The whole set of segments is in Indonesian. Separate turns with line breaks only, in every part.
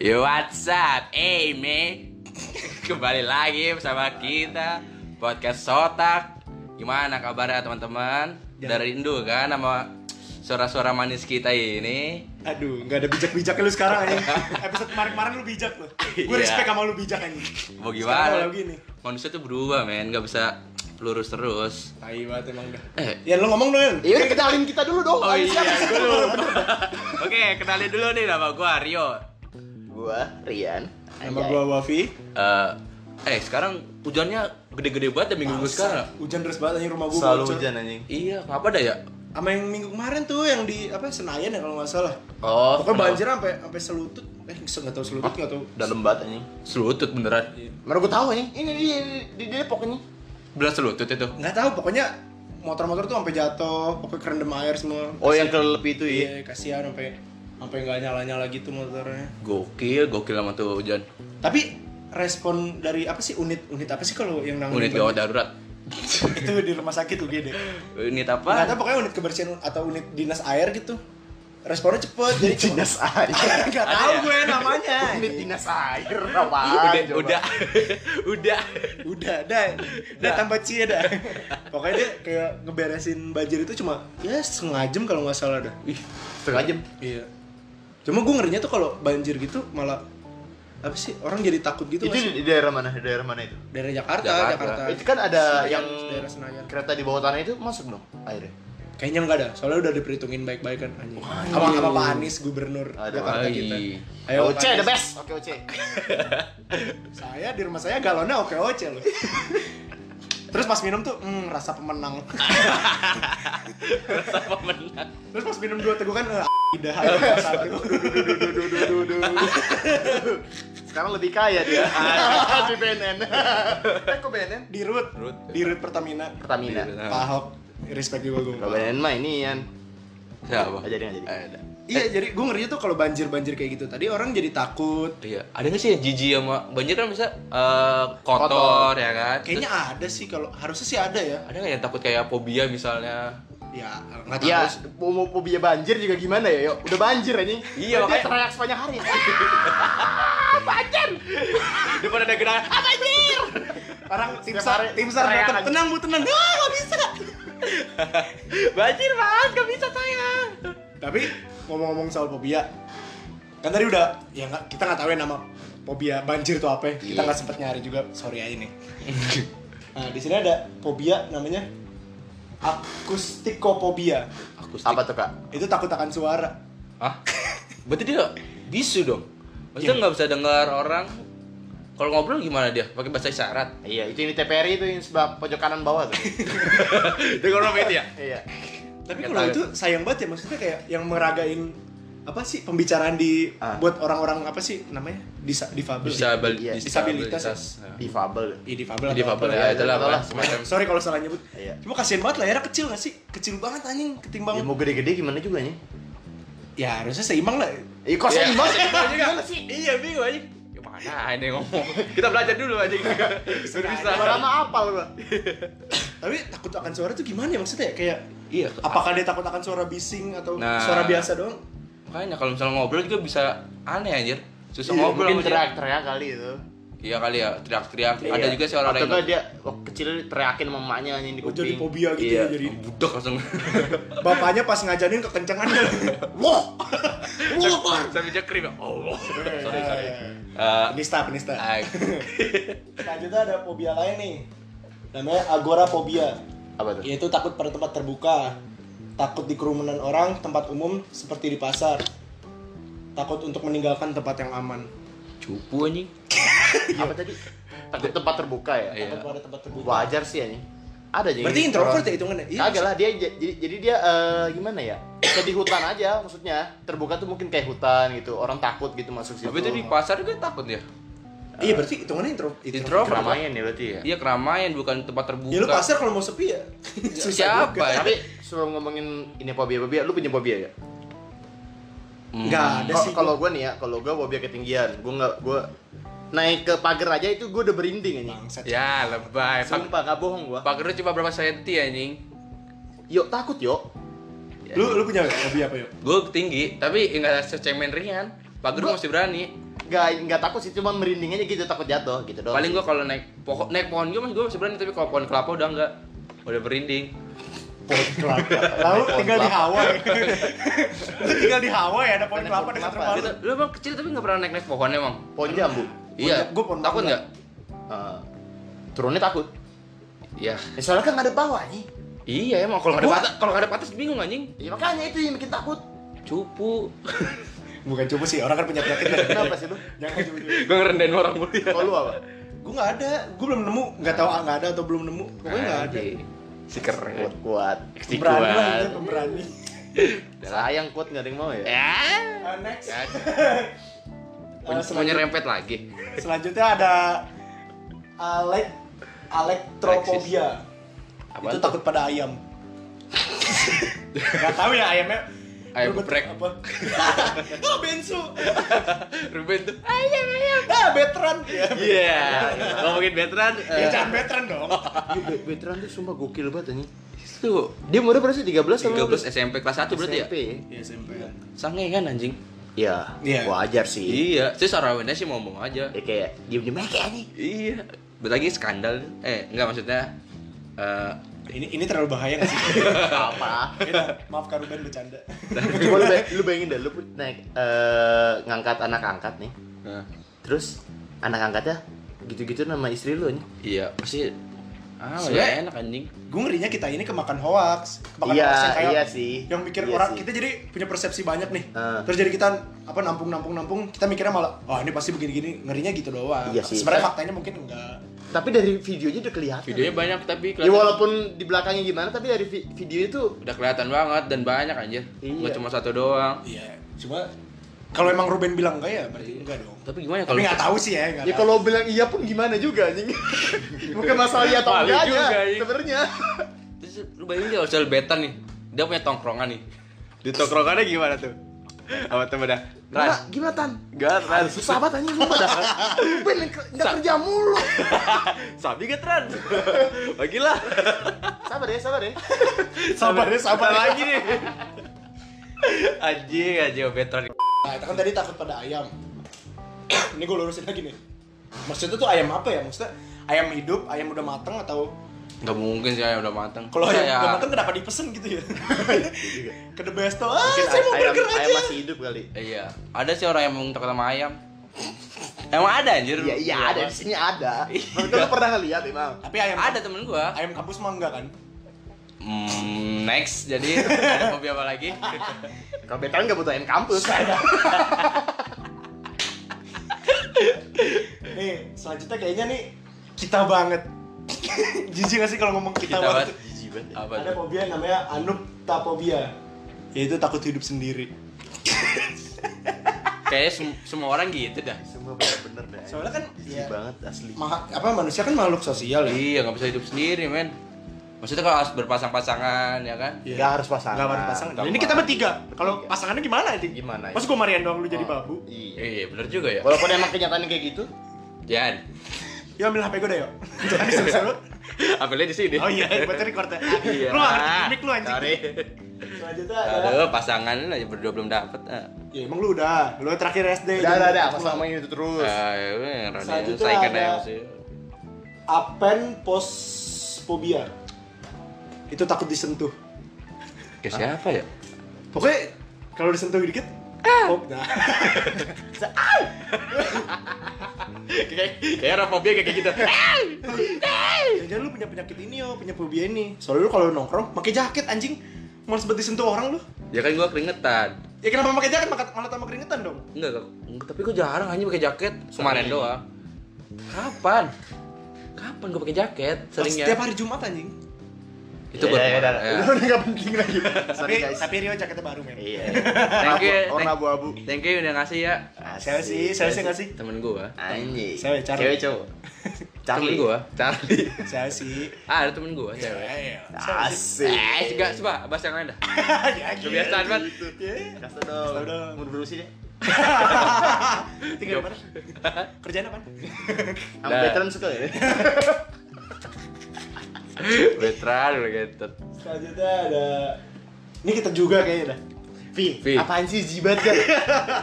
Yo what's up, Amy? Kembali lagi bersama kita podcast Sotak. Gimana kabarnya teman-teman?
Jangan-
Dari Indo kan sama suara-suara manis kita ini.
Aduh, nggak ada bijak-bijaknya lu sekarang anjing. Episode kemarin-kemarin lu bijak lu.
Iya.
Gue respect sama lu bijak anjing.
Mau
Sekarang
gimana?
lu gini.
Manusia tuh berubah men, nggak bisa lurus terus.
Tai banget emang dah.
Eh.
Ya lu ngomong dong,
Iya, kenalin kita dulu dong.
Oh iya,
Ayo, siapa sih?
gua lupa. Oke, kenalin dulu nih nama gua Rio.
Gua Rian.
Nama gua Wafi.
Eh, eh sekarang hujannya gede-gede banget ya minggu minggu sekarang.
Hujan deras banget anjing rumah gua.
Selalu
bocor.
hujan anjing.
Iya, kenapa dah ya?
Sama yang minggu kemarin tuh yang di apa Senayan ya kalau nggak salah.
Oh,
Pokoknya
kenapa?
banjir sampai sampai selutut. Eh, nggak tahu selutut nggak tahu.
Dalam banget anjing.
Selutut beneran.
Mana gua tahu anjing. Ini di di, di Depok ini.
Belas selutut itu.
Nggak tahu pokoknya motor-motor tuh sampai jatuh, pokoknya kerendam air semua.
Oh, yang kelelep itu
Iya,
ya.
kasihan sampai sampai nggak nyala-nyala gitu motornya.
Gokil, gokil sama tuh hujan.
Tapi respon dari apa sih unit unit apa sih kalau yang nanggung
Unit gawat darurat.
itu di rumah sakit UGD.
Unit
Nggak
apa?
tahu pokoknya unit kebersihan atau unit dinas air gitu. Responnya cepet jadi cuma-
Dinas air. ya?
nggak tahu gue Oh, namanya.
Unit dinas air apa?
Udah, udah, udah.
Udah, dah, dah tambah cie dah. Pokoknya dia kayak ngeberesin banjir itu cuma ya setengah jam kalau nggak salah dah.
Ih,
Setengah jam.
Iya. Cuma gue ngerinya tuh kalau banjir gitu malah apa sih orang jadi takut gitu
Itu
nggak sih?
di, di daerah mana? Di daerah mana itu?
dari Jakarta,
Jakarta.
Jakarta.
Itu kan ada
Senayan,
yang
daerah Senayan.
kereta di bawah tanah itu masuk dong airnya.
Kayaknya nggak ada, soalnya udah diperhitungin baik-baik kan anjing. Sama sama Pak Anies gubernur
Aduh,
Jakarta kita.
ai.
Ayo,
OC
Pak
the
Anies.
best. Oke OC.
Saya di rumah saya galonnya oke oce loh. Terus pas minum tuh, hmm, rasa pemenang.
rasa pemenang.
Terus pas minum dua tegukan, eh, tidak ada satu.
Sekarang lebih kaya dia. di BNN. Eh kok BNN?
Di root,
Root. Nah.
di root Pertamina.
Pertamina.
Di root.
Pak Ahok, respect juga gue.
Kalau BNN mah ini Yan.
Siapa?
Nggak jadi, nggak jadi.
Ada.
Iya, jadi gue ngerinya tuh kalau banjir-banjir kayak gitu. Tadi orang jadi takut.
Iya, ada nggak sih yang jijik sama banjir kan bisa eh, kotor, ya kan?
Kayaknya ada sih kalau harusnya sih ada ya.
Terus, ada nggak yang takut kayak fobia misalnya?
Ya, nggak tahu.
Ya,
sih.
mau fobia banjir juga gimana ya, yuk? Udah banjir anjing.
Iya,
Berarti
makanya.
teriak sepanjang hari.
Depan ada gerangan. Ah, banjir!
Orang tim
Setiap
sar,
hari
tim sar
teriakan.
datang, tenang bu tenang. Ah, nggak bisa.
banjir banget, nggak bisa saya.
Tapi ngomong-ngomong soal fobia, kan tadi udah ya nggak kita nggak tahu ya nama fobia banjir itu apa ya. Kita
Iya.
nggak sempet nyari juga, sorry aja nih. nah di sini ada fobia namanya akustikofobia.
Aku
Apa tuh, Kak?
Itu takut akan suara.
Hah? Berarti dia bisu dong? Maksudnya
Iya.
nggak bisa dengar orang? Kalau ngobrol gimana dia? Pakai bahasa isyarat?
Iya, itu yang di TPRI itu yang sebelah pojok kanan bawah tuh.
Dengar orang itu ya?
iya.
Tapi
Nggak
kalau
tahu.
itu sayang banget ya maksudnya kayak yang meragain apa sih pembicaraan di
Ah.
buat orang-orang apa sih namanya disa, difabel. ya?
Disabel,
Iya.
Disabilitas ya?
Nah.
Difabel.
Iya, difabel. atau
Difabel
apa
ya, itulah
itulah.
apa, semacam
Sorry kalau salah nyebut.
Iya.
Cuma kasihan banget layarnya kecil gak sih? Kecil banget anjing ketimbang.
Iya,
Ya
Ya,
mau gede-gede gimana juga nih?
harusnya seimbang lah.
Eh, kok
Iya.
saya imbas? Gimana sih?
Iya, bingung aja. Gimana ini ngomong? Kita belajar dulu aja. Baru bisa.
Gua lama apal gua.
Tapi takut akan suara tuh gimana ya maksudnya? ya? Kayak
Iya.
apakah dia takut akan suara bising atau
Nah.
suara biasa doang?
Makanya kalau misalnya ngobrol juga bisa aneh anjir. Susah
Iya,
ngobrol
mungkin
sama dia.
teriak-teriak kali itu.
Iya kali ya, teriak-teriak. Ada
Iya.
juga sih orang
Atau
yang
enggak dia waktu kecil teriakin sama emaknya anjing di
Oh,
kuping.
jadi fobia gitu
Iya,
ya jadi.
budak langsung.
Bapaknya pas ngajarin kekencangan kali. Wah. Wah.
Sampai dia krim. Oh. Sorry, sorry.
Eh,
Eh,
Penista, penista.
ah,
Selanjutnya ada fobia lain nih. Namanya agoraphobia,
Apa tuh?
yaitu takut pada tempat terbuka. Takut di kerumunan orang, tempat umum seperti di pasar. Takut untuk meninggalkan tempat yang aman.
Cupu anjing.
Apa tadi? Takut tempat terbuka ya?
Iya.
Takut pada tempat terbuka.
Wajar sih anjing. Ada gitu. anjing.
Berarti introvert ya hitungannya? Iya,
Kagak lah dia j- jadi jadi dia eh, gimana ya? Kayak di hutan aja maksudnya. Terbuka tuh mungkin kayak hutan gitu. Orang takut gitu masuk situ.
Tapi itu di pasar juga takut ya.
Iya berarti hitungannya intro,
Introvert.
keramaian ya berarti ya.
Iya keramaian bukan tempat terbuka.
Ya lu pasar kalau mau sepi ya.
Iya.
Siapa
juga.
ya?
Tapi sebelum ngomongin ini fobia fobia, lu punya fobia ya?
Hmm.
Enggak ada
Kok-
sih.
Kalau gue nih ya, kalau gue fobia ketinggian, gue nggak gue naik ke pagar aja itu gue udah berinding anjing.
bangsat.
Ya lebay. Pak
Sumpah nggak bohong gue.
Pagernya cuma berapa senti anjing?
Yuk takut yuk.
Lu lu punya hobi apa yuk?
Gue tinggi, tapi enggak secemen Rian. Pager gua masih berani.
nggak nggak takut sih cuma merinding aja gitu takut jatuh gitu doang
Paling gua kalau naik pohon naik pohon gua masih gua masih berani tapi kalau pohon kelapa udah enggak. Udah berinding.
pohon kelapa
Lalu
Pohon
tinggal di
kelapa.
Hawaii. Lu tinggal di Hawaii ada pohon
Ada
kelapa
pohon
dekat
kelapa.
rumah lu.
Gitu. Lu emang kecil tapi enggak pernah naik-naik pohon emang.
pohon jambu
Iya.
gua pohon
Takut
mangga.
enggak?
Eh, turunnya takut
Iya.
ya, soalnya kan nggak ada bawahnya
Iya emang kalau nggak ada batas kalau nggak ada batas bingung anjing.
ya makanya itu yang bikin takut
Cupu.
Bukan coba sih, orang kan punya penyakit dari
kenapa sih lu
Jangan coba
gua ngerendahin orang mulu ya.
kalau lu apa
Gue nggak ada, gue belum nemu, nggak tahu ah, nggak ada atau belum nemu. Pokoknya nggak ada.
Anjing. Si keren.
kuat kuat
Si
Pemberani lah,
kuat.
itu pemberani.
sayang kuat nggak ada yang mau ya
Ya.
Ah, next.
Ya.
Eh,
Mau mau
selanjut-
nyerempet lagi.
selanjutnya ada Alek Alektrophobia.
Apaan
itu
tuh?
takut pada ayam. gak tahu ya ayamnya.
Ayam
berbentuk
geprek.
Apa? ah, bensu.
Ruben tuh ayam ayam.
Ah, veteran. Ya,
Iya. Ngomongin veteran.
ya
eh,
jangan veteran dong.
veteran tuh sumpah gokil banget anjing
Itu
dia umurnya berapa sih 13
13 SMP kelas 1 berarti ya?
Ya, SMP.
Sange kan anjing?
Iya,
Iya.
wajar sih.
Iya, sih sarawannya sih ngomong aja.
Ya kayak diem-diem aja kayak nih.
Iya. Bentar lagi skandal. Eh, enggak maksudnya eh
Ini ini terlalu bahaya gak sih?
Apa?
Ya udah, maaf Kak Ruben bercanda.
Coba lu, bay- lu bayangin deh, lu put- naik eh, ngangkat anak angkat nih.
eh,
Terus anak angkatnya gitu-gitu nama istri lu nih.
iya, pasti ah,
Sebenarnya-
ya enak anjing.
Gue ngerinya kita ini kemakan hoax, kemakan
Iya,
hoax yang kayak
iya sih.
yang mikir
Iya
orang
sih.
kita jadi punya persepsi banyak nih.
Eh.
Terus jadi kita apa nampung nampung nampung, kita mikirnya malah oh ini pasti begini-gini, ngerinya gitu doang.
Iya sih.
Sebenarnya faktanya mungkin enggak.
Tapi dari videonya udah kelihatan.
Videonya banyak tapi
Ya
kelihatan,
walaupun di belakangnya gimana, tapi dari vi- videonya tuh
udah kelihatan banget dan banyak anjir.
Iya.
Enggak cuma satu doang.
Iya, cuma kalau emang Ruben bilang enggak ya berarti enggak dong.
Tapi gimana Iya.
Tapi
kalau
nggak tahu sih ya, nggak
Ya
tahu.
kalau bilang iya pun gimana juga anjing. Bukan masalah iya atau
Malu
enggak
juga,
aja
anjing.
sebenarnya.
Terus lu bayangin kalau soal beta nih, dia punya tongkrongan nih. Di tongkrongannya gimana tuh? Sama temennya,
Gimana,
Ras,
gimana Tan?
gak Ras,
Susah banget anjing lu pada. Ruben yang ke- nggak kerja mulu.
sabi gak Ras? Bagilah.
Sabar ya, sabar ya.
sabar deh, sabar
lagi
lagi.
nih. Anjing, anjing betron.
Nah, itu kan tadi takut pada ayam. Ini gue lurusin lagi nih. Maksudnya tuh ayam apa ya? Maksudnya ayam hidup, ayam udah mateng atau
Gak mungkin sih ayam udah matang.
kalau ayam
Saya-
udah mateng kenapa dipesen gitu ya? Ke the besto, ah
Mungkin
saya mau
ayam,
burger aja.
ayam masih hidup kali.
Iya, ada sih orang yang mau takut sama ayam. Emang ada anjir.
Iya, iya ada di sini ada. Itu lu pernah ngeliat emang.
Tapi ayam
Ada temen gua.
ayam kampus mah enggak kan?
Hmm, next jadi ada hobi apa lagi?
Kalau veteran nggak butuh ayam kampus.
Nih, selanjutnya kayaknya nih kita banget. Jijik gak sih kalau ngomong kita,
Kita
banget?
banget.
Jijik banget.
Apa
Ada
tuh?
fobia namanya anuptafobia. Yaitu takut hidup sendiri.
Kayaknya sem- semua orang gitu dah.
Semua bener-bener deh.
Soalnya kan, ya.
jijik banget asli.
Ma- apa manusia kan makhluk sosial ya?
Iya, nggak bisa hidup sendiri, men. Maksudnya kalau harus berpasang-pasangan, ya kan?
Iya.
Nggak harus Iya. pasangan.
Nggak harus pasangan.
Nggak
ini
mau.
kita bertiga. Kalau pasangannya gimana nanti?
Gimana ya?
Mas gue Marian doang lu jadi babu.
Iya.
Iya, bener juga ya.
Walaupun emang kenyataannya kayak gitu,
Jan,
Yuk ambil HP gue deh yuk. Jangan disuruh-suruh.
ambilnya di sini.
Oh iya, buat record ya.
Iya.
Lu nggak ngerti mic lu anjing.
Sorry.
Selanjutnya adalah
Aduh, pasangan aja berdua belum dapet. ah.
Ya emang lu udah. Lu terakhir SD.
udah
Jangan
ada ada
lupa.
apa sama itu terus.
Ah, ya, Rani,
Selanjutnya
saingan
ada-
ayam sih.
Apenposphobia. Itu takut disentuh.
Ke siapa ya?
Pokoknya kalau disentuh dikit, oh, nah.
Kayak kayak Rafobia kayak gitu.
Jangan lu punya penyakit ini yo, punya fobia ini. Soalnya lu kalau nongkrong pakai jaket anjing, malas banget disentuh orang lu.
ya kan gua keringetan.
Ya kenapa pakai jaket Maka- malah tambah keringetan dong?
Enggak, enggak. Enggak, tapi gua jarang hanya pakai jaket. Kemarin doang. Kapan? Kapan gua pakai jaket? Seringnya.
Setiap hari Jumat anjing.
Itu baru.
Ya, ya,
kemarin,
ya, udah,
ya.
udah. Udah nggak penting lagi. Sorry
tapi
guys.
tapi Rio jaketnya baru men.
Iya.
Thank you.
Warna abu-abu.
iya. Thank you udah ngasih ya
Iya,
Saya sih, saya sih nggak sih?
temen gua.
Anjing.
Cewek, Charlie.
Cewek cowok.
Temen gua, Charlie.
Saya sih.
Ah, ada temen gua, cewek.
Asik.
Eh, juga coba bahas yang lain dah.
Ya,
Kebiasaan banget.
Gitu, Kasih dong.
Kasih dong.
Mau berurusi deh.
Tinggal di mana? Kerjaan apa?
Sama
Dah.
veteran suka ya?
Veteran udah gitu.
Selanjutnya ada ini kita juga kayaknya dah.
Vi,
Vi.
apaan sih jibat kan?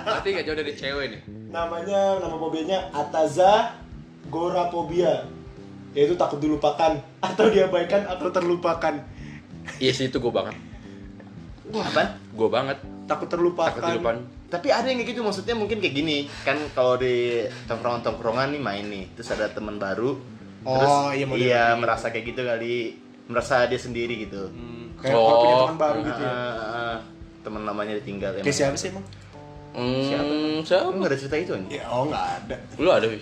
Berarti gak jauh dari cewek nih.
Namanya, nama fobianya Ataza Gorapobia Yaitu takut dilupakan Atau diabaikan atau terlupakan
Iya sih itu gue banget.
apaan?
Gue banget.
Takut terlupakan
Takut di depan.
Tapi ada yang kayak gitu maksudnya mungkin kayak gini kan kalau di tongkrongan-tongkrongan nih main nih terus ada teman baru
Oh,
terus
iya, model
iya
kayak gitu.
merasa kayak gitu kali merasa dia sendiri gitu.
Kayak kalau punya
Oh.
teman baru Hmm, gitu ya
Ah, teman namanya ditinggal
Kayak
emang.
siapa sih emang?
Hmm, siapa?
Lu nggak ada cerita itu anjing?
Ya oh nggak ada
Lu ada, Wi?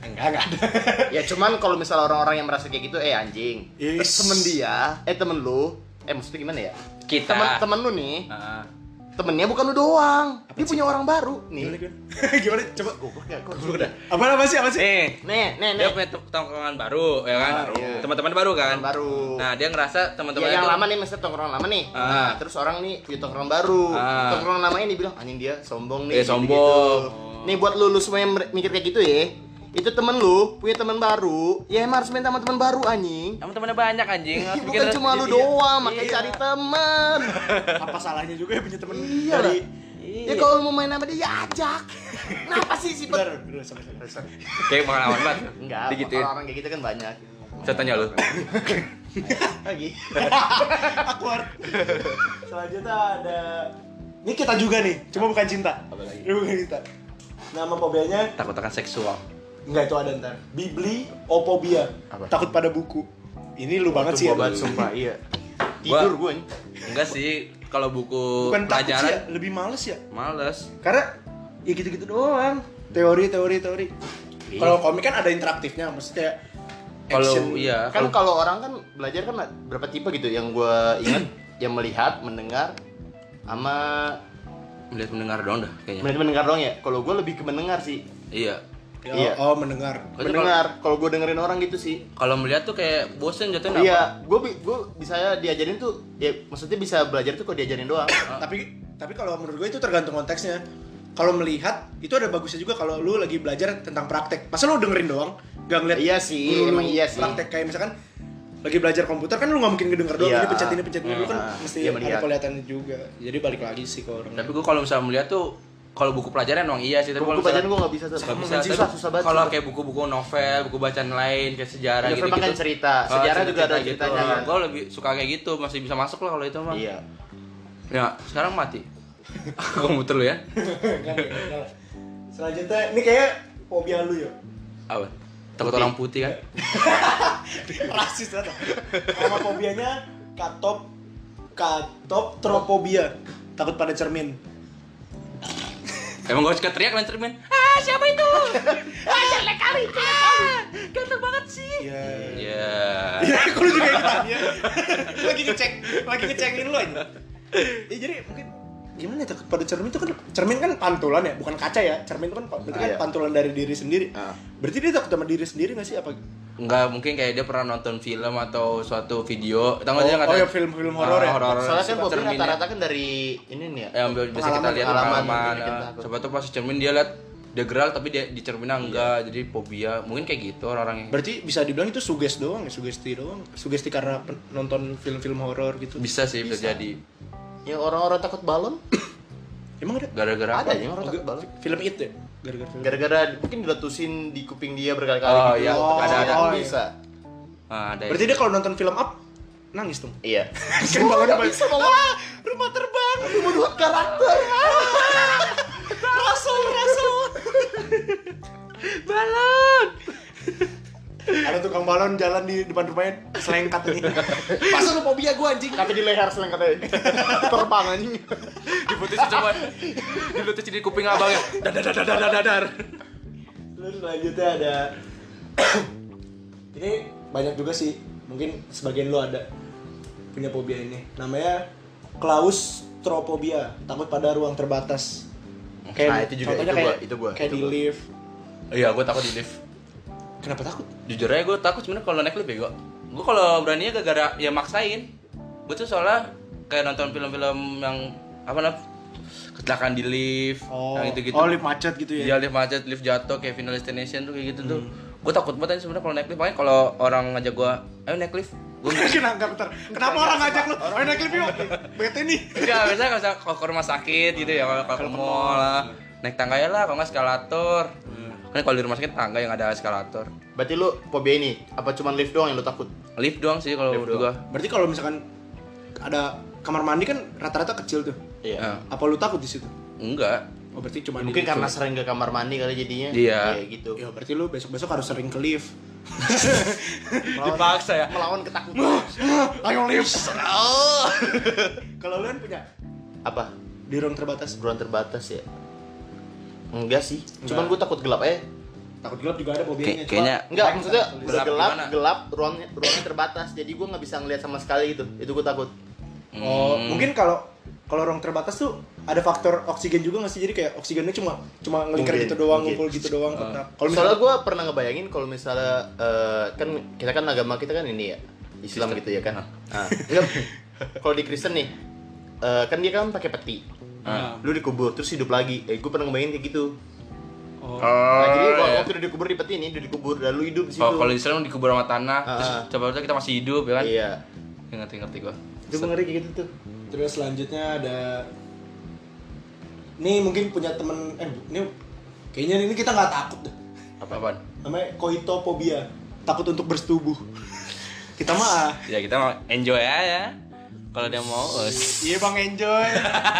Enggak, enggak ada
ya cuman kalau misalnya orang-orang yang merasa kayak gitu eh anjing.
Yes.
Terus temen dia, eh temen lu, eh maksudnya gimana ya?
Kita.
Temen temen lu nih,
Iya. Ah.
temennya bukan lu doang. Dia punya orang baru nih.
Gimana? Coba Eh,
Goblok ya, kok.
Apa apa sih? Apa sih?
Nih,
Nih, nih, nih.
dia punya tem- tongkrongan baru, ya kan?
Baru.
Teman-teman baru kan?
Teman baru.
Nah, dia ngerasa teman-teman
Ya, yang lama nih, misalnya tongkrongan lama nih.
Ah.
Nah, terus orang nih punya tongkrongan baru.
Ah.
Tongkrongan lama ini bilang anjing dia sombong
Eh,
nih. gitu-gitu."
sombong.
Nih buat lu, lu semua yang mer- mikir kayak gitu ya. Itu temen lu punya temen baru, ya emang harus main sama temen baru anjing. Iya,
Emang temannya banyak anjing. Harus
Bukan
bikin-
cuma lu
Iya.
doang, makanya
Iya.
cari temen.
Apa salahnya juga ya punya temen
Iya
dari
lah. Ya kalau lu mau main sama dia ya ajak. Kenapa sih sih?
Bentar, bentar, sampai sampai.
Kayak pengalaman banget.
Enggak,
Gitu ya.
kalau orang kayak gitu kan banyak.
Saya tanya lu.
Lagi.
Awkward. Selanjutnya ada ini kita juga nih, cuma bukan cinta.
Apa lagi?
Ini bukan cinta. Nama fobianya
Takut akan seksual.
enggak itu ada ntar. Bibli opobia.
Apa?
Takut pada buku. Ini lu banget sih. ya.
Itu gua banget, sumpah, iya.
Gua-
Tidur gue nih.
Enggak sih, kalau buku
Bukan takut sih ya,
pelajaran
lebih males ya.
males.
Karena ya gitu-gitu doang. Teori, teori, teori.
Iya.
Kalau komik kan ada interaktifnya, maksudnya
Kalau
action.
iya,
kan
kalau
kalau orang kan belajar kan berapa tipe gitu yang gue ingat yang melihat mendengar sama
melihat mendengar doang dah kayaknya.
melihat mendengar dong ya kalau gue lebih ke mendengar sih
Iya.
Ya,
Iya.
Oh, mendengar.
Kalau-
mendengar kalau gue dengerin orang gitu sih
Kalau melihat tuh kayak bosen jatuhnya kenapa?
iya gue gue bisa diajarin tuh ya maksudnya bisa belajar tuh kalau diajarin doang
tapi tapi kalau menurut gue itu tergantung konteksnya kalau melihat itu ada bagusnya juga kalau lu lagi belajar tentang praktek masa lu dengerin doang gak ngeliat
Iya sih,
guru lu
emang iya sih.
praktek kayak misalkan lagi belajar komputer kan lu nggak mungkin ngedenger doang
Iya.
ini pencet ini pencet ini lu kan
Hmm.
mesti
Iya,
ada
melihat.
kelihatannya juga jadi balik lagi sih ke orang
Tapi gua kalau misalnya melihat tuh kalau buku pelajaran emang iya sih, tapi
buku
kalau
bacaan
misalnya
gue nggak bisa tuh
Gak bisa,
Anjing, susah
tapi
susah banget
Kalau
susah.
kayak buku-buku novel, buku bacaan lain, kayak sejarah
Novel
gitu-gitu.
makan cerita.
Oh,
Sejarah juga ada
gitu.
ceritanya, kan?
Gue lebih suka kayak gitu, masih bisa masuk lah kalau itu mah.
iya
Ya, sekarang mati. Komputer lu ya.
Enggak, enggak, enggak. selanjutnya ini kayak fobia lu ya
Apa? Takut orang putih kan?
rasis ternyata nama fobianya katop katop tropobia takut pada cermin
Emang gue suka teriak lain cermin. Ah, siapa itu? ah, jelek kali. Ah, gatel banget sih.
Iya.
Ya.
Iya, aku lu juga ikutan ya. lagi ngecek, lagi ngecekin lu aja. Ya, jadi mungkin gimana ya takut pada cermin itu kan cermin kan pantulan ya, bukan kaca ya. Cermin itu kan berarti kan
Iya.
pantulan dari diri sendiri.
Ah.
Berarti dia takut sama diri sendiri gak sih apa? gitu?
Enggak, mungkin kayak dia pernah nonton film atau suatu video. Tahu enggak
Oh,
dia
oh ya film-film horor ya.
horor.
soalnya kan gue
Cerminnya.
rata-rata kan dari ini nih ya
yang ya. Eh, biasa kita
Pengalaman,
lihat
pengalaman.
pengalaman.
Bikin
ah.
takut.
Coba tuh pas di cermin dia lihat dia gerak tapi dia di cermin ah, enggak. Jadi fobia. Mungkin kayak gitu orang-orang yang
Berarti bisa dibilang itu suges doang ya, sugesti doang. Sugesti karena pen- nonton film-film horor gitu.
bisa sih bisa, jadi
yang orang-orang takut balon
Emang ada
gara-gara
ada
apa?
yang orang takut balon
film it ya? Gara-gara film.
gara-gara mungkin diletusin di kuping dia berkali-kali
Oh,
gitu
iya.
Terus
Ada-
dia
ada.
kan
Oh, iya.
bisa
Ah, ada.
Berarti dia kalau nonton film up nangis dong.
Iya.
Kan balonnya banyak.
Ah, rumah terbang, rumah dua karakter.
Rasul, Rasul.
balon.
Ada tukang balon jalan di depan rumahnya selengkat ini. Masa lu fobia gua anjing.
Tapi di leher seleng katanya. Terbang anjing.
Diputusin coba. Diputusin di kuping abangnya. Dadar dadar dadar dadar.
Terus selanjutnya ada ini banyak juga sih. Mungkin sebagian lu ada punya fobia ini. Namanya claustrophobia, takut pada ruang terbatas.
Nah, itu juga,
contohnya
itu gua,
kayak,
itu gua,
kayak
itu
di
gua.
lift.
Iya, gue takut di lift.
Kenapa takut?
Jujur aja gue takut sebenarnya kalau naik lift bego. Gue kalau beraninya gara-gara ya maksain. Gue tuh soalnya kayak nonton film-film yang apa namanya kecelakaan di lift, yang gitu-gitu.
oh lift macet gitu ya.
Iya lift macet, lift jatuh kayak final destination tuh kayak gitu tuh. Gue takut banget anjing sebenarnya kalau naik lift. Makanya kalau orang ngajak gue, ayo naik lift, Gua
kenapa bentar kenapa orang ngajak lu ayo naik lift yuk bete nih
Enggak, biasanya kalau misalnya kalau ke rumah sakit gitu ya, kalau kalau ke mall lah. Naik tangga ya lah, kalau nggak eskalator. Kan kalau di rumah sakit tangga yang ada eskalator.
Berarti lu fobia ini apa cuman lift doang yang lu takut?
Lift doang sih kalau
Lift
menurut
doang.
gua.
berarti kalau misalkan ada kamar mandi kan rata-rata kecil tuh
Iya.
apa lu takut di situ
Enggak.
oh berarti cuma
Mungkin
di
karena sering ke kamar mandi kali jadinya.
Gitu. Iya.
Iya gitu.
ya berarti lu besok-besok harus sering ke lift
Dipaksa ya.
Melawan ketakutan.
ayo lift
Oh.
kalau lu kan punya
apa?
di ruang terbatas
Buruan terbatas ya. Enggak sih. Cuman gue
Enggak.
takut gelap eh.
takut gelap juga ada fobianya
Kayak- kayaknya
Enggak, maksudnya
Gelap
gelap, gelap,
gimana?
ruangnya, ruangnya terbatas. Jadi gue nggak bisa ngelihat sama sekali gitu. Itu gue takut.
Oh,
Hmm.
mungkin kalau kalau ruang terbatas tuh ada faktor oksigen juga nggak sih? Jadi kayak oksigennya cuma cuma ngelingkar
Mungkin,
gitu doang,
mungkin.
ngumpul gitu doang. kotak. Kalau
Soalnya
misalnya
gue pernah ngebayangin kalau misalnya eh, kan kita kan agama kita kan ini ya Islam
Kristen.
gitu ya kan. Ah. Enggak. kalau di Kristen nih eh, kan dia kan pakai peti.
Ah.
Lu dikubur terus hidup lagi. Eh gue pernah ngebayangin kayak gitu.
Oh.
Nah, jadi
Oh,
waktu,
iya.
waktu udah dikubur di peti ini udah dikubur dan lu hidup di situ.
Oh, kalau di Islam dikubur sama tanah,
Ah,
terus
ah.
coba kita masih hidup ya kan?
Iya.
Ngerti ngerti gua.
Itu gue ngeri kayak gitu tuh.
Terus selanjutnya ada Nih mungkin punya temen eh bu- ini kayaknya ini kita nggak takut deh.
Apa? Apaan?
Namanya koitofobia, takut untuk bersetubuh. kita mah ah,
Ya kita mau enjoy aja. Kalau dia mau, us.
Iya bang enjoy.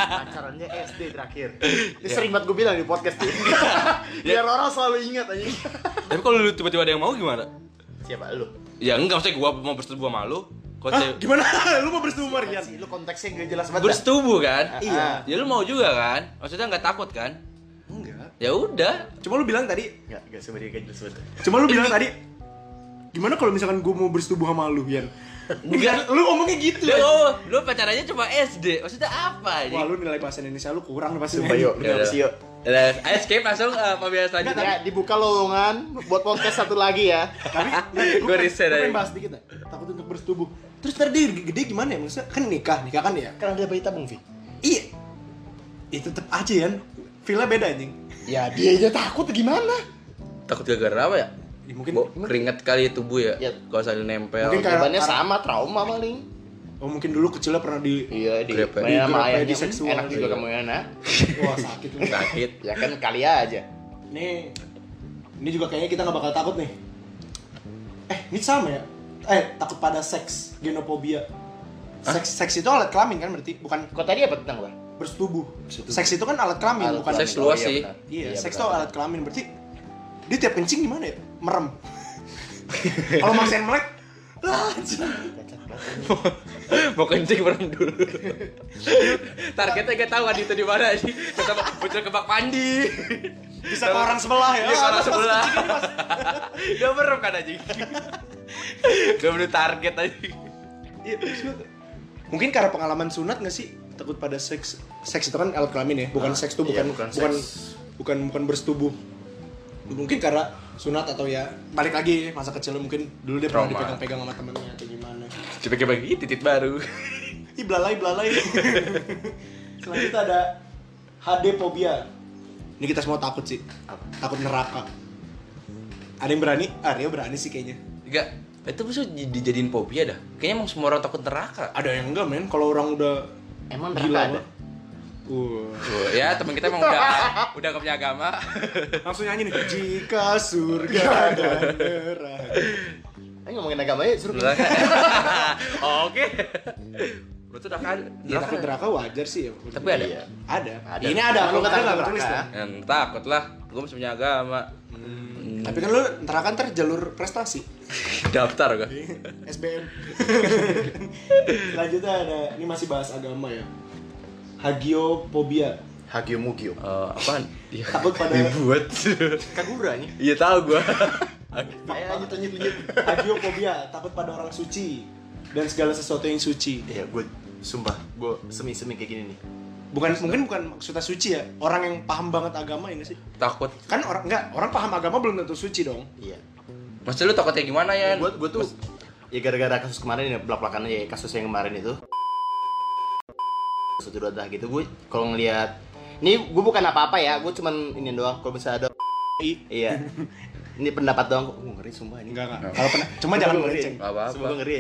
Pacarannya SD terakhir. Ini sering banget gue bilang di podcast ini. Biar orang selalu ingat aja.
Tapi kalau lu tiba-tiba ada yang mau gimana?
Siapa lu?
Ya enggak, maksudnya gua mau bersetubuh sama lu. Kalau
Hah,
saya-
gimana? Lu mau bersetubuh sama Rian?
Sih, lu konteksnya gak jelas banget.
bersetubuh kan?
Iya.
Ya lu mau juga kan? Maksudnya nggak takut kan?
Enggak.
Ya udah,
Cuma lu bilang tadi
Enggak, enggak sebenarnya gak jelas banget.
Cuma lu bilang tadi gimana kalau misalkan gue mau bersetubuh sama lu, Yan? Enggak, lu ngomongnya gitu.
Lu,
Yan.
lu pacarannya cuma SD. Maksudnya apa
Wah,
ini?
lu nilai bahasa Indonesia lu kurang nih pasti.
Sumpah yuk,
Ya
bener
udah.
sih yuk.
Udah, Ayo skip langsung eh, pembicaraan selanjutnya.
Ya, dibuka lowongan buat podcast satu lagi ya.
Tapi
Gua riset
aja.
aja.
bahas dikit ya. Takut untuk bersetubuh. Terus ntar dia gede gimana ya? Maksudnya kan nikah, nikah kan ya.
Kan ada bayi tabung, Vi.
Iya. Itu tetep aja, Yan. Feel-nya beda anjing.
Ya, dia aja takut gimana?
Takut gara-gara apa ya?
Ya, mungkin
Bo- keringat kali tubuh ya.
Ya.
Kalau sambil nempel.
Mungkin kayak-
Korbannya sama, trauma paling.
oh mungkin dulu kecilnya pernah di
Iya, di
Grepe.
main
Di grepe,
sama
di
ayahnya
seksual.
enak juga
Iya.
kamu enak.
wah sakit lu.
sakit.
Ya kan kali aja.
Nih. Ini juga kayaknya kita nggak bakal takut nih. Eh, ini sama ya? Eh, takut pada seks, genofobia. Seks, seks itu alat kelamin kan berarti bukan
Kok tadi apa tentang bang?
bersetubuh.
Bersetubuh.
Seks itu kan alat kelamin,
Alat
bukan
Seks
kelamin.
luas
Oh,
sih.
benar.
Iya, seks
benar.
itu alat kelamin. Berarti dia tiap kencing gimana ya? Merem. Kalau maksain melek, lah, anjing.
Mau kencing bareng dulu. Targetnya gak tahu kan itu di mana sih. Kita mau bocor ke bak mandi.
bisa ke orang sebelah
Iya, ke
ya. Ah,
orang
mas, mas,
sebelah.
kencing ini, mas.
Udah merem kan anjing. Udah bener target anjing.
Iya, maksud gua, Mungkin karena pengalaman sunat nggak sih takut pada seks? Seks itu kan alat kelamin ya, bukan
Ah,
seks tuh
iya,
bukan
bukan
bukan,
seks.
bukan bukan bersetubuh. Mungkin karena sunat atau ya balik lagi masa kecil lu mungkin dulu dia pernah
Trauma.
dipegang-pegang sama temennya atau gimana.
Coba kayak bagi titik baru.
Ih belalai belalai. Selanjutnya ada HD fobia. Ini kita semua takut sih.
Apa?
Takut neraka. Ada yang berani? Ah, Rio berani sih kayaknya.
Enggak. Itu bisa dijadiin fobia dah. Kayaknya emang semua orang takut neraka.
Ada yang enggak men? Kalau orang udah
Emang
gila
neraka ada?
banget. Uh.
Tuh, ya teman kita emang udah udah gak punya agama.
Langsung nyanyi nih. Jika surga dan neraka.
Ayo ngomongin agama ya, suruh
Neraka. Oke. Betul udah kan.
Ya takut neraka wajar sih ya.
Tapi ada.
Iya.
Ada.
Ada.
Ini ada.
Cuma
Lu
lu nggak
kata
takut
nggak tulis
neraka.
tuh.
Yang takut lah. Gue masih punya agama. Hmm.
Tapi kan lu neraka ntar jalur prestasi.
Daftar gue.
SBM. Selanjutnya ada ini masih bahas agama ya. Hagiofobia.
Hagio Mugio.
Eh, apaan? Iya.
Takut pada-
dibuat.
Kagura nih.
Iya tahu gua.
Ayo lanjut lanjut lanjut.
Hagiofobia, takut pada orang suci dan segala sesuatu yang suci.
Iya, gue sumpah, gue semi-semi kayak gini nih.
Bukan mungkin bukan maksudnya suci ya, orang yang paham banget agama ini sih.
takut.
Kan orang enggak, orang paham agama belum tentu suci dong.
Iya.
Maksud lu takutnya gimana ya?
Gue gue tuh ya gara-gara kasus kemarin ya belak-belakan aja ya, kasus yang kemarin itu. Satu dua dah gitu gue kalau ngelihat ini gue bukan apa-apa ya, gue cuman ini doang kalau bisa ada
I,
iya. Ini pendapat doang kok. Gue ngeri sumpah ini.
enggak enggak. Kalau pernah, cuma jangan
Sumpah gua ngeri.
melenceng.
Nggak apa-apa.
Sumpah gua ngeri.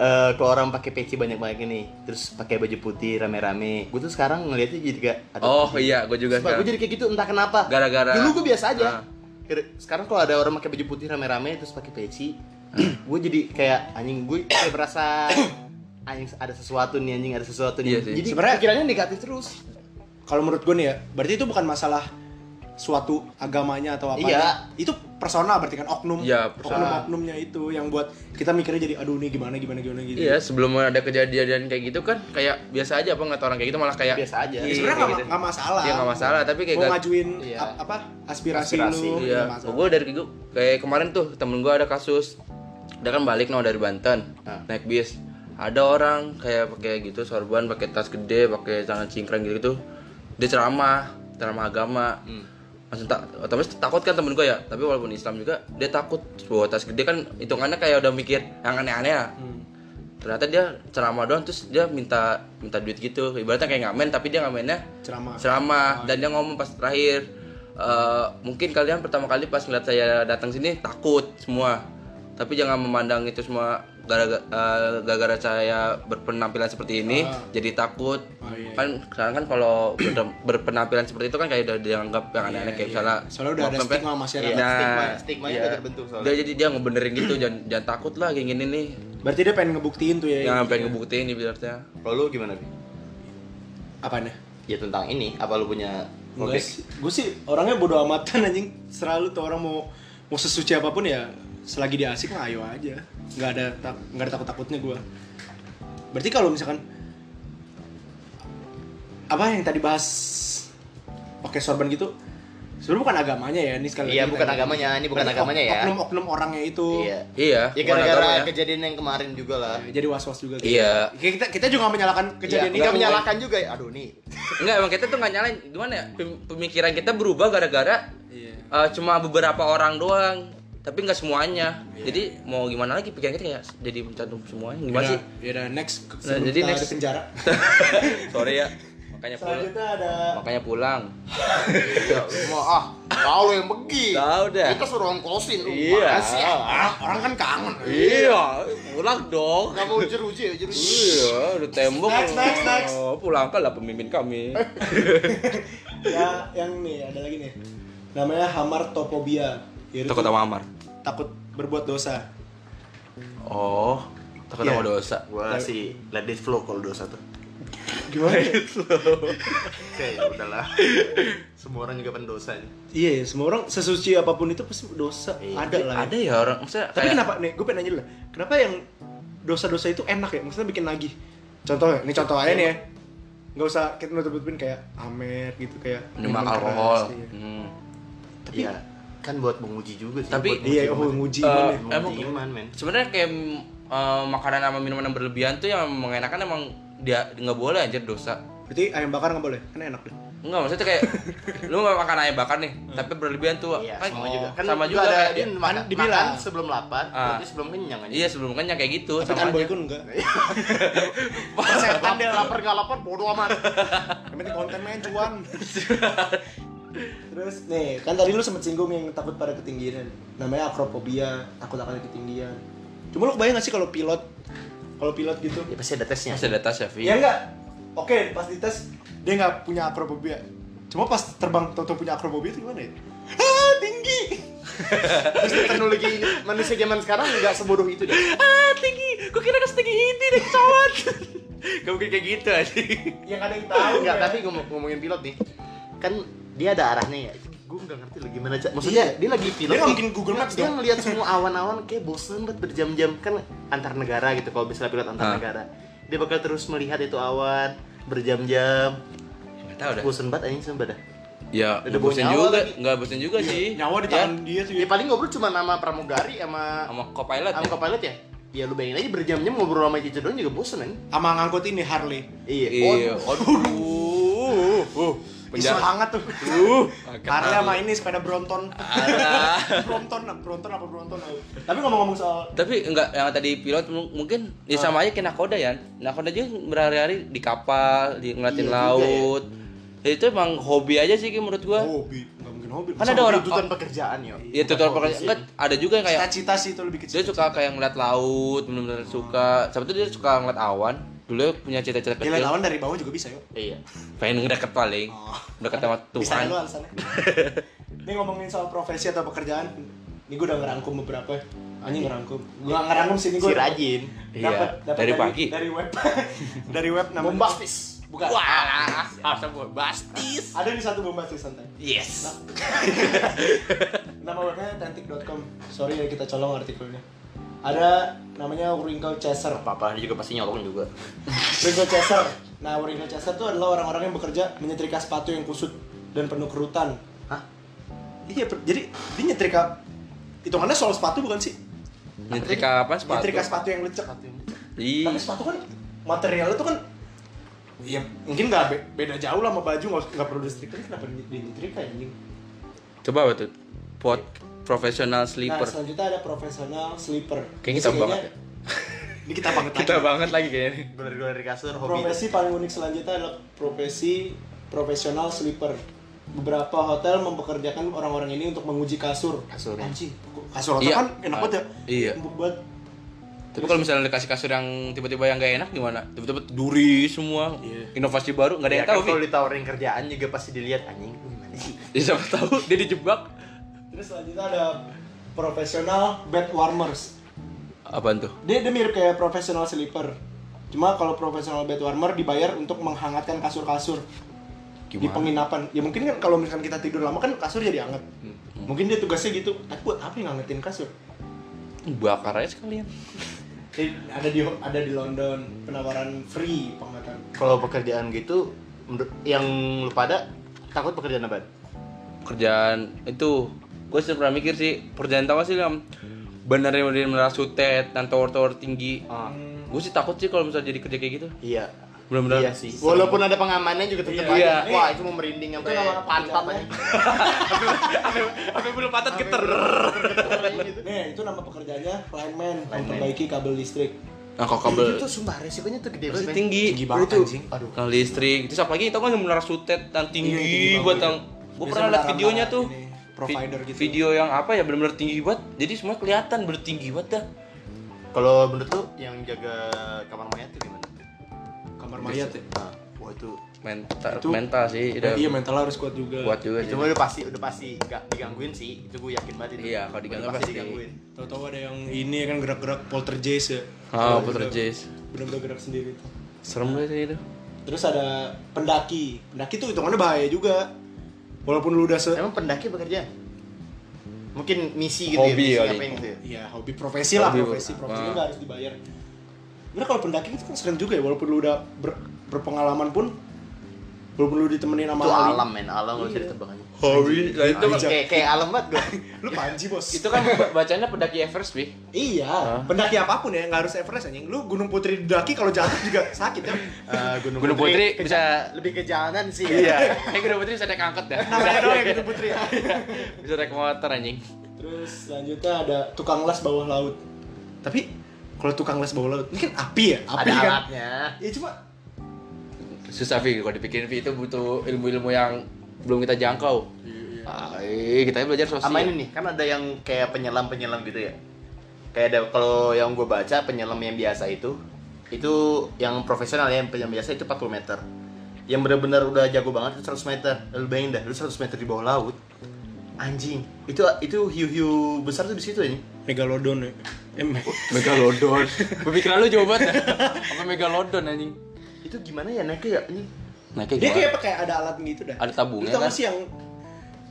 eh ke orang pakai peci banyak-banyak ini, terus pakai baju putih rame-rame. Gue tuh sekarang ngeliatnya jadi gak ada
Oh iya, gue juga
Sebab gue
sekarang.
jadi kayak gitu entah kenapa.
Gara-gara-
Dulu gue biasa
Ah.
aja. Kira- Sekarang kalau ada orang pakai baju putih rame-rame terus pakai peci, gue jadi kayak anjing gue kayak merasa anjing ada sesuatu nih anjing ada sesuatu
Iya
nih.
sih.
Jadi
Sebenarnya-
pikirannya negatif terus.
Kalau menurut gue nih ya, berarti itu bukan masalah suatu agamanya atau apa
Iya.
itu personal berarti kan oknum
Iya, personal.
oknum oknumnya itu yang buat kita mikirnya jadi aduh ini gimana gimana gimana gitu
Iya, sebelum ada kejadian kayak gitu kan kayak biasa aja apa nggak tau orang kayak gitu malah kayak
Biasa aja.
Iya,
Ya, sebenarnya
kayak
nggak
gitu.
nggak masalah
Iya, nggak masalah, tapi kayak
mau
nggak-
ngajuin
Iya.
ap- apa aspirasi,
Aspirasi,
lu
Iya,
nggak masalah.
gue dari gue kayak kemarin tuh temen gue ada kasus, dia kan balik no dari Banten,
Ah.
naik bis, ada orang kayak pakai gitu sorban, pakai tas gede, pakai tangan cingkrang gitu gitu, dia ceramah, ceramah agama, langsung tak, otomatis takut kan temen gue ya, tapi walaupun Islam juga dia takut bawa tas gede kan hitungannya kayak udah mikir yang aneh-aneh ya. Ternyata dia ceramah doang terus dia minta minta duit gitu. Ibaratnya kayak ngamen tapi dia ngamennya
ceramah
ceramah dan dia ngomong pas terakhir "Eh, mungkin kalian pertama kali pas ngeliat saya datang sini takut semua tapi jangan memandang itu semua gara-gara eh, gara-gara saya berpenampilan seperti ini
Ah.
jadi takut
Oh, iya,
kan sekarang kan kalau ber- berpenampilan seperti itu kan kayak udah dianggap yang aneh-aneh
Iya,
kayak
iya.
misalnya
Soalnya udah
mau
ada
pempek.
stigma ya, masyarakat.
Nah,
Stigma, stigmanya
iya.
udah terbentuk soalnya.
dia jadi dia ngebenerin gitu jangan jangan takut lah kayak gini nih
berarti dia pengen ngebuktiin tuh ya
yang Iya, pengen ngebuktiin ya. ibaratnya
Kalau lu gimana? Bi?
apanya
Ya tentang ini, apa lu punya
Enggak sih. Gue sih orangnya bodo amatan anjing. Selalu tuh orang mau mau sesuci apapun ya selagi dia asik mah ayo aja. Nggak ada tak, nggak ada takut-takutnya gue. Berarti kalau misalkan apa yang tadi bahas pakai sorban gitu sebenarnya bukan agamanya ya ini sekali
Iya,
lagi
bukan
tadi.
agamanya, ini bukan
Berarti
agamanya ya.
oknum oknum orangnya itu
Iya.
iya
Ya
bukan
gara-gara
agama ya.
kejadian yang kemarin juga lah.
Ya, jadi was was juga gitu.
Iya.
kita kita juga nggak menyalahkan kejadian ini
Kejadian ini gak Iya, menyalahkan juga ya. Aduh nih.
Enggak, emang kita tuh nggak nyalain. Gimana ya? pem- Pemikiran kita berubah gara-gara
Iya.
eh, cuma beberapa orang doang, tapi nggak semuanya. Jadi mau gimana lagi pikiran kita kayak jadi mencantum semuanya. Gimana
ya
sih?
ya udah, next sebelum
jadi
kita
next.
di penjara
Sorry ya. Makanya pulang.
selanjutnya ada
Makanya pulang.
Ya, lu mah ah, tahu yang pergi.
Tahu dah.
Kita suruh ngkosin lu.
Iya.
Mana sih, ah?
orang kan kangen
Iya, pulang dong.
Gak mau jeruji ya jeruji.
Iya, udah tembok.
Next, next, next.
Oh, pulangkanlah pemimpin kami.
ya yang nih ada lagi nih namanya hamar topobia yaitu
Takut sama Amar.
takut berbuat dosa
Oh, takut sama
Iya.
dosa.
Gua sih let it flow kalau dosa tuh.
gimana ya?
Oke, ya udahlah. Semua orang juga pendosa nih.
iya ya, semua orang sesuci apapun itu pasti dosa
Iya.
ada lah ya.
Ada ya orang, maksudnya
tapi
kayak-
kenapa nih gue pengen nanya dulu lah. kenapa yang dosa-dosa itu enak ya maksudnya bikin lagi contoh ini contoh aja nih ya nggak usah kita nutup-nutupin kayak amer gitu kayak
minum
minuman keras,
alkohol.
iya.
Hmm.
tapi
Iya. Kan buat menguji juga sih.
Tapi-
buat
iya
menguji
oh
iman.
nguji
Eh,
gimana ya?
emang-
Menguji iman, men.
sebenarnya kayak mm, eh, makanan sama minuman yang berlebihan tuh yang mengenakan emang dia nggak boleh anjir dosa
berarti ayam bakar nggak boleh kan enak deh
Enggak maksudnya kayak lu nggak makan ayam bakar nih tapi berlebihan tuh
Iya,
kan
sama juga. Kan
sama juga,
ada
kayak-
dia makan,
dibilang.
makan sebelum lapar,
Ah.
berarti sebelum kenyang aja.
iya sebelum kenyang kayak gitu
tapi
sama
kan
aja.
boykun enggak
Kan Setan dia lapar gak lapar bodo amat.
Yang penting kontennya cuan. Terus nih, kan tadi lu sempet singgung yang takut pada ketinggian. Namanya akrophobia, takut akan ketinggian. Cuma lu kebayang gak sih kalau pilot? Kalau pilot gitu?
Ya pasti ada tesnya.
masih ada tas ya Vi
Ya enggak. Oke, pas dites dia nggak punya akrophobia. Cuma pas terbang tau punya akrophobia itu gimana ya? Ah, tinggi.
Terus teknologi manusia zaman sekarang nggak sebodoh itu deh.
ah tinggi gua kira gak setinggi ini deh pesawat gak mungkin kayak gitu aja
Yang ada yang tahu.
Enggak,
ya.
tapi ngomong ngomongin pilot nih. Kan dia ada arahnya ya. Gue nggak ngerti lagi gimana cara. Maksudnya
Iya.
dia lagi pilot.
Dia nggak
nih.
mungkin Google Maps
Dia
dong.
ngelihat semua awan-awan kayak bosen banget berjam-jam kan antar negara gitu kalau misalnya pilot antar
Ah.
negara. Dia bakal terus melihat itu awan berjam-jam.
gak tau dah
Bosen banget anjing sumpah dah.
ya
Udah
bosen
bawa nyawa
juga
lagi.
nggak bosen juga sih
nyawa di
Ya,
tangan dia tuh.
Ya
Ya.
paling ngobrol cuma nama pramugari sama
sama co-pilot
sama
ya?
pilot ya. Ya lu bayangin aja berjam-jam ngobrol sama itu doang juga bosen anjing.
Sama ngangkut ini Harley.
iya
Iya.
aduh uh,
Isu
penjara
hangat tuh.
uh
Harley sama ini sepeda Brompton.
Alah.
Brompton, nah, Brompton apa Brompton? Tapi ngomong-ngomong soal
Tapi enggak yang tadi pilot m- mungkin ya sama aja kayak nakoda ya. Nakoda juga berhari-hari di kapal, di ngeliatin
Iya juga ya.
laut. Ya. Itu emang hobi aja sih Ki, menurut gua.
Oh, hobi, nggak mungkin bikin hobi.
Kan ada orang-
tuntutan pekerjaan yo
Iya tutorial pekerjaan. Enggak, ada juga yang kayak
Cita-cita sih itu lebih
dia
kecil.
suka kayak ngeliat laut, bener-bener suka. Sampai itu dia suka ngeliat awan. Dulu dia punya cita-cita
Gila
kecil,
lawan dari bawah juga bisa yuk.
iya
pengen ngedeket paling,
Oh.
deket sama
Bisa
Tuhan.
ya lu alasannya. Ini ngomongin soal profesi atau pekerjaan. Ini gue udah ngerangkum beberapa. ya. Anjing ngerangkum. Gue ngerangkum sini gue.
si rajin
Iya, dari pagi.
Dari web. dari web namanya.
bombastis
Bukan.
wah harusnya bombastis
Ada di satu bombastis santai.
yes
Nama webnya tentik.com. Sorry ya kita colong artikelnya. Ada namanya Wrinkle Chaser.
apa-apa dia juga pasti nyolong juga
Wrinkle chaser. Nah, wrinkle chaser itu adalah orang-orang yang bekerja menyetrika sepatu yang kusut dan penuh kerutan.
hah
Iya, per- jadi dia nyetrika hitungannya soal sepatu bukan sih?
Nyetrika apa sepatu?
Nyetrika sepatu yang lecek.
Ih,
Tapi sepatu kan materialnya tuh kan Iya, mungkin nggak be- beda jauh lah sama baju nggak us- nggak perlu disetrika kenapa di di- nyetrika ya, anjing?
coba apa tuh? Pot professional
Nah,
sleeper.
selanjutnya ada profesional sleeper.
Kayaknya kita
Ini
banget ya.
Ini kita banget lagi.
Kita banget lagi kayaknya. nih.
gue dari kasur hobi
Profesi paling unik selanjutnya adalah profesi profesional sleeper. Beberapa hotel mempekerjakan orang-orang ini untuk menguji kasur.
Kasur, ya.
Anjing, kasur hotel
Iya.
kan enak banget ya.
Iya.
Empuk banget.
Tapi kalau misalnya dikasih kasur yang tiba-tiba yang gak enak gimana? Tiba-tiba duri semua, inovasi baru nggak ada
Ya
yang
kan
tahu.
kalau
Vi.
ditawarin kerjaan juga pasti dilihat anjing gimana sih
Ya, siapa tahu dia dijebak.
Terus selanjutnya ada profesional bed warmers.
Apaan tuh?
Dia, dia mirip kayak profesional sleeper. Cuma kalau profesional bed warmer dibayar untuk menghangatkan kasur-kasur di
Gimana?
penginapan. Ya mungkin kan kalau misalkan kita tidur lama kan kasur jadi hangat. Mungkin dia tugasnya gitu. Tapi buat apa yang ngangetin kasur?
Bakar aja sekalian.
Jadi Eh, ada di ada di London penawaran free pengangkatan
kalau pekerjaan gitu menurut- yang lu pada takut pekerjaan apa
Kerjaan itu gue sering pernah mikir sih pekerjaan tahu sih yang benerin benerin merasutet dan tower-tower tinggi.
Ah,
Gue sih takut sih kalau misalnya jadi kerja kayak gitu.
iya
Benar-benar.
iya sih walaupun ada pengamannya juga tetap
Iya.
aja wah itu mau merinding sampai
nama
pantat
Eh,
ya.
pekerjaannya.
aja
Apa belum patat keter.
gitu.
Nih, Eh, itu nama pekerjaannya lineman, memperbaiki kabel listrik.
Nah, kok
kabel
kabel
itu sumpah resikonya tuh gede
Pasti
banget
tinggi.
tinggi banget
Itu.
anjing aduh
Kalau listrik, terus apalagi tau kan yang menarasutet dan
Iya, tinggi
tinggi
banget.
buat yang gue
Biasa
pernah liat
menara-menara
videonya tuh
ini, provider
Vi-
gitu.
video yang apa ya benar-benar tinggi banget jadi semua kelihatan bertinggi banget dah
kalau menurut lu yang jaga kamar mayat tuh gimana
Kamar mayat ya.
Ah, wah itu
mental
Itu-
mental sih udah
Iya, mental harus kuat juga.
kuat juga sih
cuma udah pasti udah pasti nggak digangguin sih itu gue yakin banget itu.
Iya, kalau diganggu
Udah
pasti.
digangguin
Tahu-tahu ada yang ini kan gerak-gerak poltergeist ya.
ah
Kalau
puter
gitu,
Jace
Bener-bener gerak sendiri tuh.
serem banget sih itu
Terus ada pendaki. Pendaki tuh hitungannya bahaya juga. Walaupun lu udah se
emang pendaki bekerja mungkin misi gitu
Hobi
ya misi
kali.
ngapain gitu ya
Iya, hobi profesi lah,
Hobi,
profesi.
Bang.
Profesi
Ah.
nggak harus dibayar. Sebenernya kalau pendaki itu kan sering juga ya, walaupun lu udah ber- berpengalaman pun, walaupun lu ditemenin sama
itu
ahli.
alam men alam gak bisa ditebak aja
hobi lah itu kan-
Iya. kayak kayak alam banget gue
Lu panji bos.
itu kan bacanya pendaki Everest bi
Iya,
Hah?
pendaki apapun ya, nggak harus Everest anjing. Lu Gunung Putri daki kalau jatuh juga sakit ya.
Gunung Putri
Eh, ke-
bisa-
lebih ke jalanan sih ya.
iya kayak gue putri bisa naik angkot dah Iya.
Namanya doang ya Gunung Putri.
bisa naik motor anjing
Terus selanjutnya ada tukang las bawah laut. Tapi kalau tukang las bawah laut, ini kan api ya, api
ada
kan.
alatnya
Ya cuma
susah Vi kalau dipikirin Vi itu butuh ilmu-ilmu yang belum kita jangkau
Iya,
Ah, eh, kita belajar sosial
sama ini nih kan ada yang kayak penyelam penyelam gitu ya kayak ada kalau yang gue baca penyelam yang biasa itu itu yang profesional ya, yang penyelam biasa itu 40 meter yang benar-benar udah jago banget itu 100 meter lu bayangin dah lu 100 meter di bawah laut anjing itu itu hiu-hiu besar tuh di situ aja
megalodon ya. Em-
Megalodon. Pemikiran lu jauh banget. ya. Apa megalodon anjing?
itu gimana ya naiknya ya ini
Nah, kayak
Dia
gimana?
kayak pakai ada alat gitu dah.
Ada tabungnya
Lu tau
kan?
gak sih yang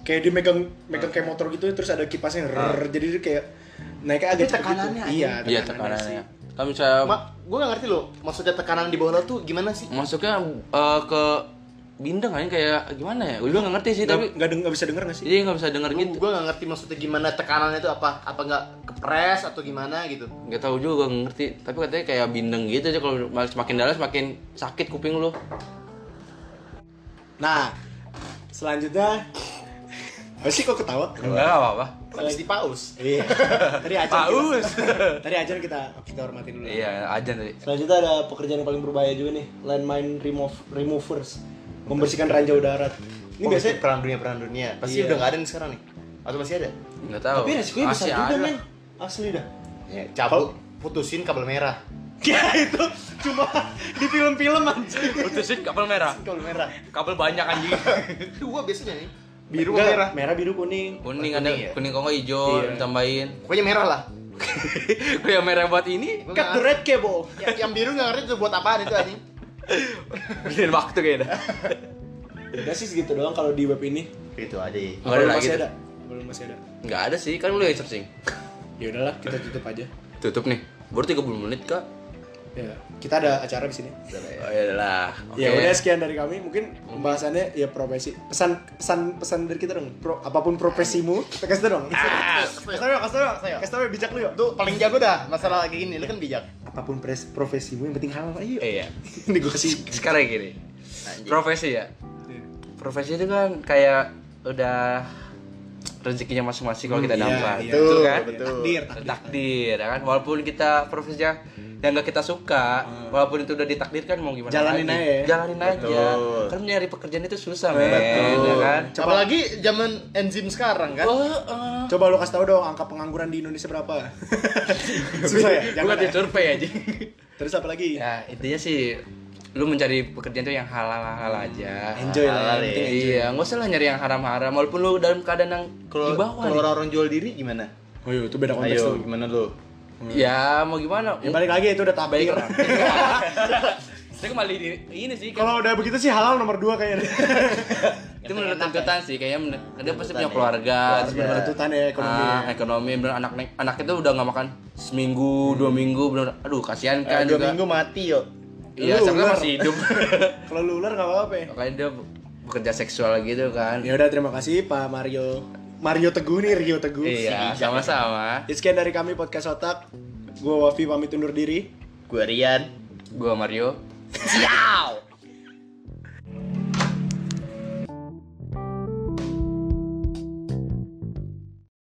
kayak dia megang megang kayak motor gitu terus ada kipasnya rrrr, jadi dia kayak naiknya agak
Itu
cepet gitu.
tekanannya,
Iya,
Ah. Iya
sih.
tekanannya. Kan bisa
mak gue gak ngerti loh maksudnya tekanan di bawah laut tuh gimana sih
masuknya eh, ke bintang kan kayak gimana ya? Gue juga nggak ngerti sih
Nggak-
tapi
nggak deng- nggak bisa denger gak sih?
jadi nggak bisa denger gitu.
gue gak ngerti maksudnya gimana tekanannya itu apa apa nggak kepres atau gimana gitu
Nggak tahu juga nggak ngerti. Tapi katanya kayak bindeng gitu aja kalau semakin dalam semakin sakit kuping lu.
Nah, selanjutnya Apa sih kok ketawa?
Enggak apa-apa.
habis di paus
Iya. Tadi aja.
Paus.
Tadi aja kita kita hormatin dulu.
Iya, aja tadi.
Selanjutnya ada pekerjaan yang paling berbahaya juga nih, landmine remove removers, membersihkan ranjau darat. Ini
Oh,
biasanya-
itu perang dunia perang dunia. Pasti
Iya.
udah nggak ada nih sekarang nih. Atau masih ada?
nggak tahu
Tapi resikonya besar
Masih
juga
ada.
men. Asli dah.
Ya, cabut, putusin kabel merah.
Ya itu cuma di film-film anjing.
putusin kabel merah
Kabel merah.
kabel banyak anjing
Dua biasanya nih. Biru sama
Enggak,
merah.
Merah biru kuning.
kuning
Kuning
ada
ya?
kuning kok nggak hijau
Iya.
ditambahin
Pokoknya merah lah.
kayak merah buat ini
Cut
Gua
the
nggak-
red cable.
Ya, yang biru nggak ngerti itu buat apaan itu anjing.
Beliin waktu kayaknya dah.
Udah sih segitu doang kalau di web ini.
Gitu aja.
Nggak Oh, ada
Belum
lagi
masih
tuh.
ada. Belum masih ada.
Nggak ada sih, kan lu yang searching
Ya udahlah, kita tutup aja.
Tutup nih, baru 30 menit kak
Ya, kita ada acara di sini.
Oh iya lah, oke
Ya udah sekian dari kami. Mungkin pembahasannya ya profesi. Pesan pesan pesan dari kita dong. Pro, apapun profesimu, kita kasih tau dong.
Ah.
Kasih tau dong, kasih tau dong.
Kasih tau.
Kasih tau dong, bijak lu yuk.
Tuh paling jago dah masalah kayak gini. Lu kan bijak.
Apapun pres- profesimu yang penting halal ayo.
Iya,
Ini gue kasih.
sekarang gini
Anjing.
Profesi ya,
Iya.
profesi itu kan kayak udah rezekinya masing-masing kalau kita
iya,
dapat
iya.
betul kan
betul.
Takdir.
takdir ya kan walaupun kita profesinya yang gak kita suka walaupun itu udah ditakdirkan mau gimana
Hmm. Jalanin
lagi?
aja ya.
jalanin aja
Betul.
kan nyari pekerjaan itu susah men ya kan
Coba-
Apalagi zaman enzim sekarang kan.
Oh, eh.
Coba lu kasih tau dong angka pengangguran di Indonesia berapa? Susah ya?
Gua
Jangan
ngerti
ya.
survei aja
Terus apa lagi?
ya intinya sih lu mencari pekerjaan tuh yang halal halal aja
Enjoy lah. yang
Halal ya.
penting enjoy.
iya nggak usah lah nyari yang haram haram walaupun lu dalam keadaan yang di
Kalau
bawah
kalau
nih.
orang-orang jual diri gimana?
Oh iya, itu beda konteks tuh.
Ayo, gimana lu?
ya mau gimana
Yang balik lagi itu udah takdir.
saya kembali di ini sih kayak-
Kalau udah begitu sih halal nomor 2 kayaknya.
itu menurut tuntutan sih kayaknya men- dia pasti punya
ya.
keluarga, terus
Keluarga.
bener-bener
Tuntutan ya ekonomi. ya.
Ah, ekonomi bener anak anak itu udah nggak makan seminggu dua minggu bener aduh kasihan
Eh,
kan
dua
juga
minggu mati yo.
iya
Lu
sebenarnya
ular.
masih hidup
Kalau lu ular nggak apa-apa. ya.
makanya dia be- bekerja seksual gitu kan
Ya udah terima kasih Pak Mario. Mario Teguh nih, Rio Teguh.
iya sama-sama
Ya, Sekian dari kami podcast otak. Gua Wafi pamit undur diri.
Gua Rian.
gua Mario
Ciao.